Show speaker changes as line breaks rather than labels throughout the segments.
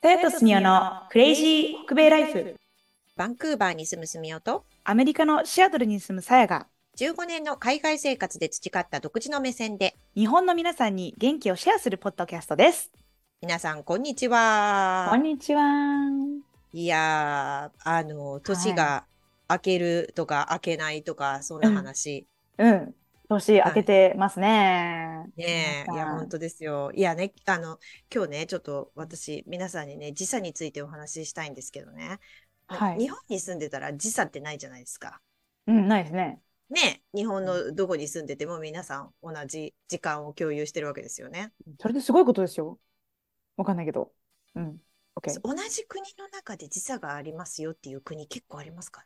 タヤとスミオのクレイジー北米ライフ。
バンクーバーに住む住みおと
アメリカのシアトルに住むサヤが、
15年の海外生活で培った独自の目線で
日本の皆さんに元気をシェアするポッドキャストです。
皆さんこんにちは
こんにちは。
いやーあの年が明けるとか明けないとかそんな話、
うん。年明けてますね。
ねえいや本当ですよいやねあの今日ねちょっと私皆さんにね時差についてお話ししたいんですけどね、
はい
日本に住んでたら時差ってないじゃないですか
うん、ないですね。
ねえ日本のどこに住んでても皆さん同じ時間を共有してるわけですよね
それってすごいことですよ。わかんないけど。うん。OK
そう。同じ国の中で時差がありますよっていう国結構ありますか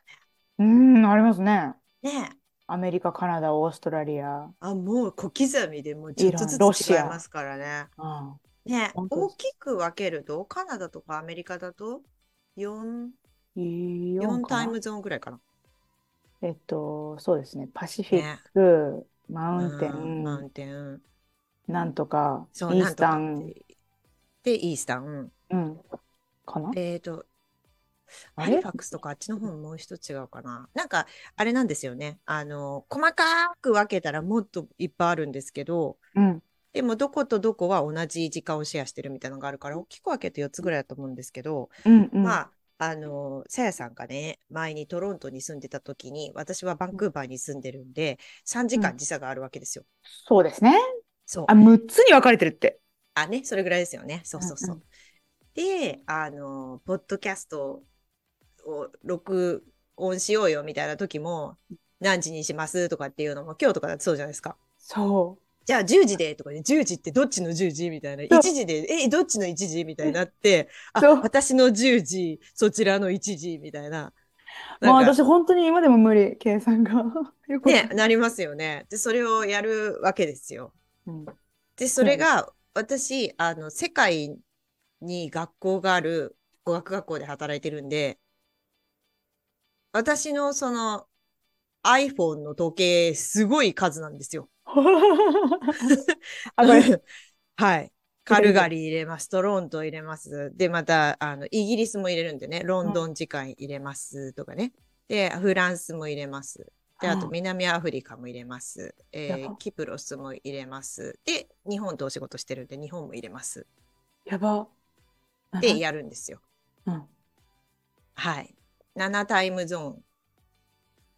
うん、ありますね。
らね。ねえ。
アメリカ、カナダ、オーストラリア。
あ、もう小刻みでもうちょっとず
イランロ
つ
シ
違い
ア
ますからね。
うん。
ねえ
本当で
大
す
きく分けると、カナダとかアメリカだと4、
4,
4タイムゾーンぐらいかな。
えっと、そうですね。パシフィッ
ね
ク、
え。
マウンテ
うんマウン
ン、
テン。
なんとか、イ
そう、
ー
な
ス
んとか
タ
っ
ン、
て。で、イースタン。
うん。かな
えっと、
あ
ハ
れ
リファクスとかあっちの方ももう一つ違うかな。なんか、あれなんですよね。あの、細かく分けたらもっといっぱいあるんですけど、
うん。
でもどことどこは同じ時間をシェアしてるみたいなのがあるから大きく分けて4つぐらいだと思うんですけど、
うんうん。
まああのさやさんがね前にトロントに住んでた時に私はバンクーバーに住んでるんで3時間時差があるわけですよ。
そうですね。
そう
あ、6つに分かれてるって。
あねそれぐらいですよね。そうそうそう。
うん
であのポッドキャストを録音しようよみたいな時も何時にしますとかっていうのも今日とかだってそうじゃないですか。
そ
じゃあ10時でとかで、10時ってどっちの10時みたいな。
そう
1時で、え、どっちの1時みたいになって、あ、
そう
私の10時、そちらの1時みたいな。
う。まあ
なんか
私本当に今でも無理、計算が。 よくわ
ね
かん、ない
なりますよね。で、それをやるわけですよ。
うん
で、それが、私、あの、世界に学校がある語学学校で働いてるんで、私のその iPhone の時計、すごい数なんですよ。
あ、こ れ。
はい。カルガリー入れます。トロント入れます。で、また、あの、イギリスも入れるんでね、ロンドン時間入れますとかね。で、フランスも入れます。で、あと、南アフリカも入れます。え
やば
ー、キプロスも入れます。で、日本とお仕事してるんで、日本も入れます。
やば。
で、やるんですよ。
うん。
はい。7タイムゾーン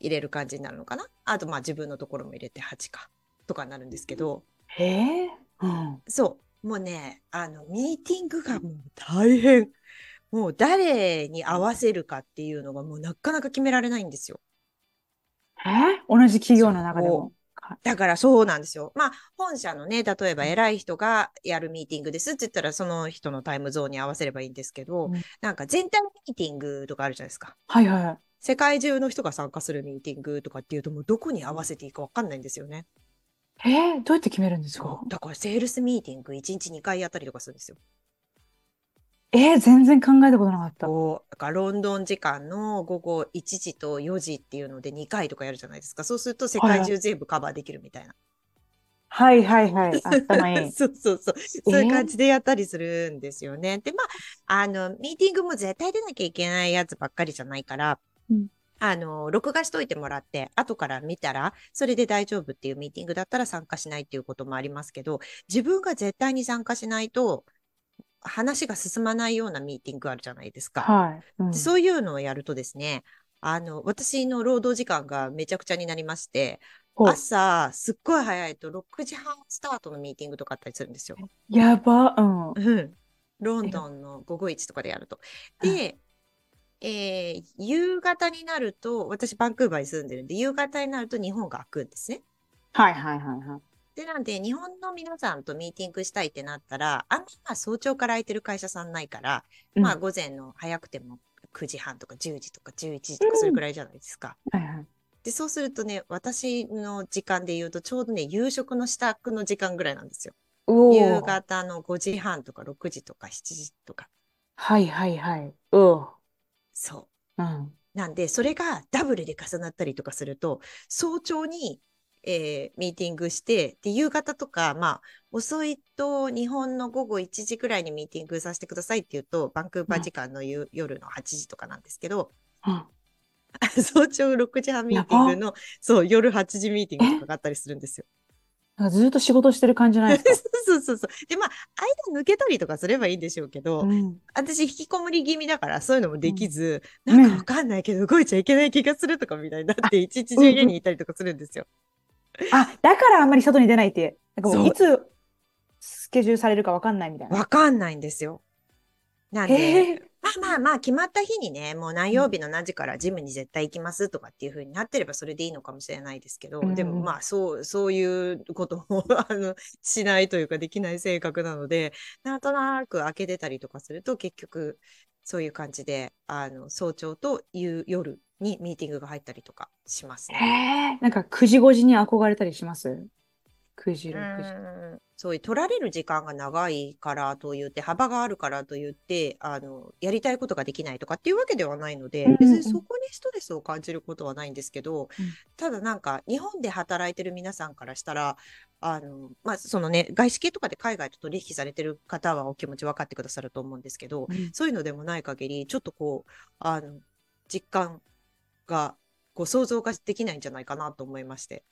入れる感じになるのかな。あと、まあ、自分のところも入れて8か、とかになるんですけど、
へえ。うん。
そう。もうね、あの、ミーティングがもう大変。もう誰に合わせるかっていうのがもうなかなか決められないんですよ。
え同じ企業の中でも。か
だからそうなんですよ。まあ、本社のね、例えば偉い人がやるミーティングですって言ったら、その人のタイムゾーンに合わせればいいんですけど、
うん
なんか全体ミーティングとかあるじゃないですか。
はいはいはい。
世界中の人が参加するミーティングとかっていうと、もうどこに合わせていいかわかんないんですよね。
えー、どうやって決めるんですか
だからセールスミーティング1日2回やったりとかするんですよ。
えー、全然考えたことなかった。
こうだからロンドン時間の午後1時と4時っていうので2回とかやるじゃないですか。そうすると世界中全部カバーできるみたいな。
はいはいはい。頭いい。
そうそうそう。そういう感じでやったりするんですよね。で、まあ、あの、ミーティングも絶対出なきゃいけないやつばっかりじゃないから、
うん
あの、録画しといてもらって、後から見たら、それで大丈夫っていうミーティングだったら参加しないっていうこともありますけど、自分が絶対に参加しないと、話が進まないようなミーティングあるじゃないですか。
はい。うん
でそういうのをやるとですね、あの、私の労働時間がめちゃくちゃになりまして、
ほう
朝、すっごい早いと6時半スタートのミーティングとかあったりするんですよ。
やば。うん。
うん。ロンドンの午後1とかでやると。で、えー夕方になると、私バンクーバーに住んでるんで、夕方になると日本が開くんですね。
はいはいはいはい。
で、なんで、日本の皆さんとミーティングしたいってなったら、あんまり早朝から空いてる会社さんないから、
うん
まあ、午前の早くても9時半とか10時とか11時とか、それくらいじゃないですか。
はいはい。
で、そうするとね、私の時間で言うと、ちょうどね、夕食の支度の時間ぐらいなんですよ。
おー
夕方の5時半とか6時とか7時とか。
はいはいはい。おう。
そ
う
う。
ん。
なんで、それがダブルで重なったりとかすると、早朝にえーミーティングして、で、夕方とか、まあ、遅いと日本の午後1時くらいにミーティングさせてくださいって言うと、バンクーバー時間の夕夜の8時とかなんですけど、
うん
早朝6時半ミーティングの、そう、夜8時ミーティングとかがあったりするんですよ。
なんかずっと仕事してる感じないです
そうそうそう。で、まあ、間抜けたりとかすればいいんでしょうけど、
か。うん
私、引きこもり気味だから、そういうのもできず、
うん
なんかわかんないけど、動いちゃいけない気がするとかみたいになって、一日中家にいたりとかするんですよ。
あ、だからあんまり外に出ないって。なんかもうい
そ
つスケジュールされるかわかんないみたいな。
わかんないんですよ。なんで、
へえ。
まあまあまあ、決まった日にね、もう何曜日の何時からジムに絶対行きますとかっていう風になってればそれでいいのかもしれないですけど、
うん
でもまあ、そう、そういうことをあのしないというかできない性格なので、なんとなく開けてたりとかすると、結局、そういう感じで、あの、早朝と夕夜にミーティングが入ったりとかします
へ
ね。
え。なんか9時5時に憧れたりします ?9 時
う
6時。
んそういう取られる時間が長いからと言って幅があるからと言ってあのやりたいことができないとかっていうわけではないので、
うんうん
別にそこにストレスを感じることはないんですけど、
うん
ただなんか日本で働いてる皆さんからしたらあの、まあそのね、外資系とかで海外と取引されてる方はお気持ち分かってくださると思うんですけど、
うん
そういうのでもない限りちょっとこうあの実感がこう想像ができないんじゃないかなと思いまして。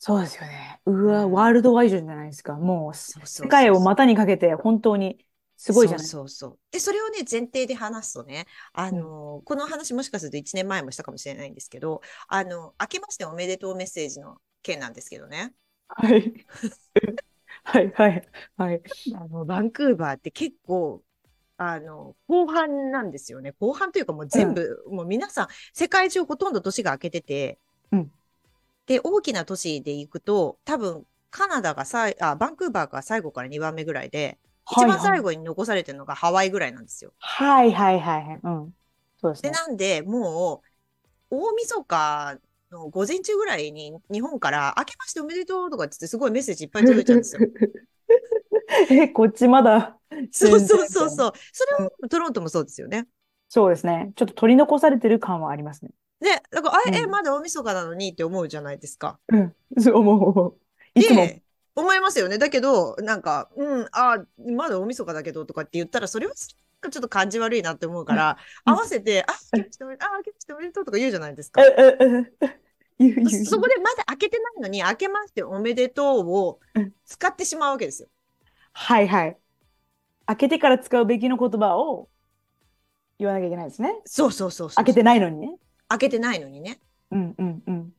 そうですよね。うわ、ワールドワイドじゃないですか。もう
そうそうそうそう
世界を股にかけて本当にすごいじゃない
そうそうそう。で、それをね、前提で話すとね、あの、この話もしかすると1年前もしたかもしれないんですけど、あの、明けましておめでとうメッセージの件なんですけどね。
はい。 はいはいはい。
あの、バンクーバーって結構、あの、後半なんですよね。後半というかもう全部、もう皆さん、世界中ほとんど年が明けてて、
うん
で、大きな都市で行くと、多分、カナダがさいあ、バンクーバーが最後から2番目ぐらいで、一番最後に残されてるのがハワイぐらいなんですよ。
はいはいはいはい。うん。そうです
で、
ね。
なんで、もう、大晦日の午前中ぐらいに、日本から、明けましておめでとうとかっつって、すごいメッセージいっぱい届いちゃうんですよ。
え、こっちまだ。
そう
全然
そうそうそう。それは、トロントもそうですよね。
そうですね。ちょっと取り残されてる感はありますね。
で、だから、あ
うん
え、まだ大晦日なのにって思うじゃないですか。
うん。そう思う思う。いつも。
で、思いますよね。だけど、なんか、うん、あーまだ大晦日だけどとかって言ったら、それは、ちょっと感じ悪いなって思うから、
うん
合わせて、あ、明けましておめでとう、あ、明けましておめでとうとか言うじゃないですか
え。ええ。言う言う 言う
そこでまだ開けてないのに、開けましておめでとうを
うん
使ってしまうわけですよ。
はいはい。開けてから使うべきの言葉を言わなきゃいけないですね。
そうそうそうそう
開けてないのにね。
開けてないのにね。
うんうんうん。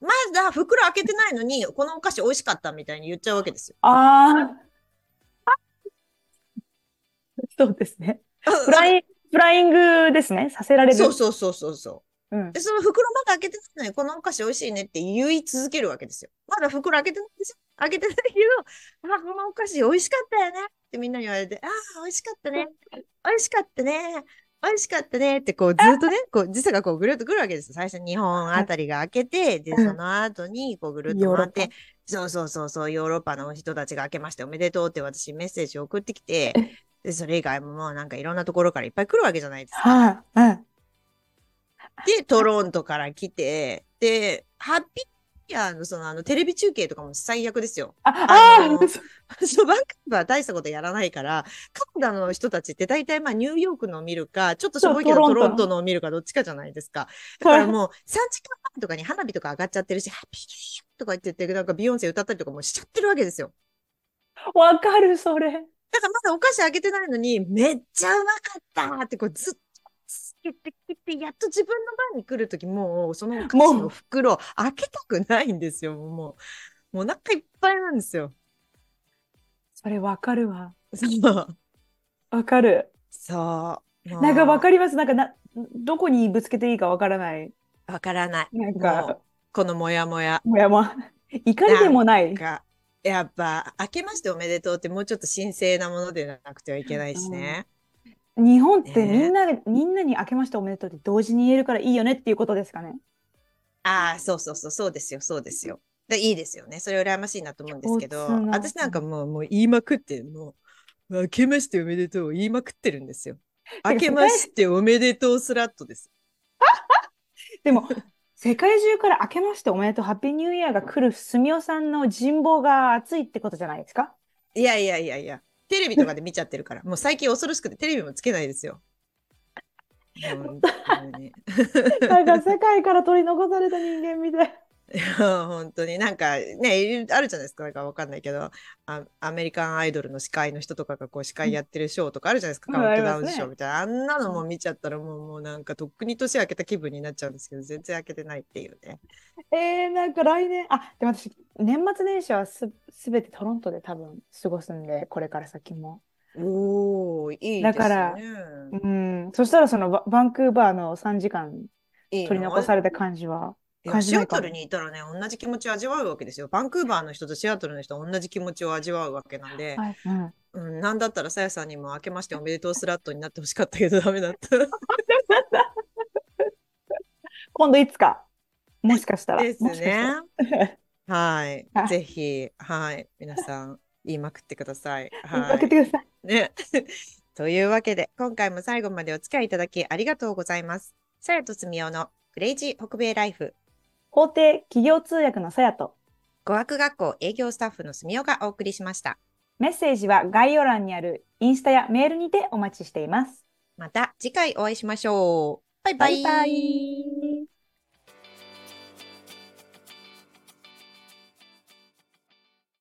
まだ袋開けてないのに、このお菓子美味しかったみたいに言っちゃうわけですよ。
ああ。そうですね。フライ、フライングですね。させられる。
そうそうそうそうそう。
うん
で、その袋まだ開けてないのに、このお菓子美味しいねって言い続けるわけですよ。まだ袋開けてないんですよ。開けてないけど、あ、このお菓子美味しかったよねってみんなに言われて、あー、美味しかったね。美味しかったね。美味しかったねってこうずっとね、こう時差がこうぐるっとくるわけですよ。最初日本あたりが開けて、で、
うん
その後にこうぐるっ
ヨーロ
と回
ッパ
って、そうそうそうそう、ヨーロッパの人たちが開けましておめでとうって私メッセージを送ってきて、で、それ以外ももうなんかいろんなところからいっぱい来るわけじゃないですか。
はい、うん。
で、トロントから来て、で、ハッピーヤーのそのあのテレビ中継とかも最悪ですよ。
あ、
あ
あ
の
ーそう
そうバンクーバー大したことやらないから、カナダの人たちって大体まあニューヨークのを見るか、ちょっとしょぼいけど
そうト
ト
ロ
ロ
ント
ントのを見るかどっちかじゃないですか。だから
はい
もう3時間半とかに花火とか上がっちゃってるし、ハッピーヤーとか言ってて、なんかビヨンセ歌ったりとかもしちゃってるわけですよ。
わかる、それ。
だからまだお菓子あげてないのに、めっちゃうまかったってこうずっと切って切って、やっと自分の番に来るとき、もうそのお菓子の袋開けたくないんですよ、もう。もうお腹いっぱいなんですよ。
それわかるわ。
そう。
わかる。
そう。
なんかわ
る。
かります。なんかな、どこにぶつけていいかわからない。
わからない。
なん
も
か、
このモヤモヤ
もやま、怒りでもない。
が。やっぱ、明けましておめでとうってもうちょっと神聖なものでなくてはいけないしね。
日本って
ね
みんな、みんなに明けましておめでとうって同時に言えるからいいよねっていうことですかね。
ああ、そうそうそう、そうですよ、そうですよ。で、いいですよね。それ羨ましいなと思うんですけど、
共通の
私なんかもう、もう言いまくって、もう、明けましておめでとうを言いまくってるんです よ。
か
明けましておめでとうスラットです。
でも、世界中から明けましておめでとう、ハッピーニューイヤーが来るすみおさんの人望が厚いってことじゃないですか
いやいやいやいや、テレビとかで見ちゃってるから、もう最近恐ろしくてテレビもつけないですよ。 本当に
なんか世界から取り残された人間みたい。
いや本当になんかねあるじゃないですかなんかわかんないけどあアメリカンアイドルの司会の人とかがこう司会やってるショーとかあるじゃないですか、
うん
カウント
あ
ダウ
り
ン
ますね
ショーみたいなあんなのも見ちゃったらもうもうなんかとっくに年明けた気分になっちゃうんですけど全然明けてないっていうね
えー、なんか来年、あ、でも私、年末年始はす、すべてトロントで多分過ごすんで、これから先も。
おおいいですね
だからうん、そしたらそのバ、バンクーバーの3時間
いいな
取り残された感じは、
いや
感じ
シ
な
ア
いかも
トルにいたらね同じ気持ちを味わうわけですよバンクーバーの人とシアトルの人は同じ気持ちを味わうわけなんで、
はい、うん。
うん、なんだったらさやさんにも明けましておめでとうスラットになってほしかったけどダメだった
今度いつか、もしかしたら、
です
もしかした
ね
ら。。
はい
は。い
ぜひ、はい。皆さん、言いまくってください。は
開け
い。
てください。
ね。 というわけで、今回も最後までお付き合いいただきありがとうございます。さやとすみおのクレイジー北米ライフ、
法廷企業通訳のさやと、
語学学校営業スタッフのすみおがお送りしました。
メッセージは概要欄にあるインスタやメールにてお待ちしています。
また次回お会いしましょう。バイバイ。
バイバイ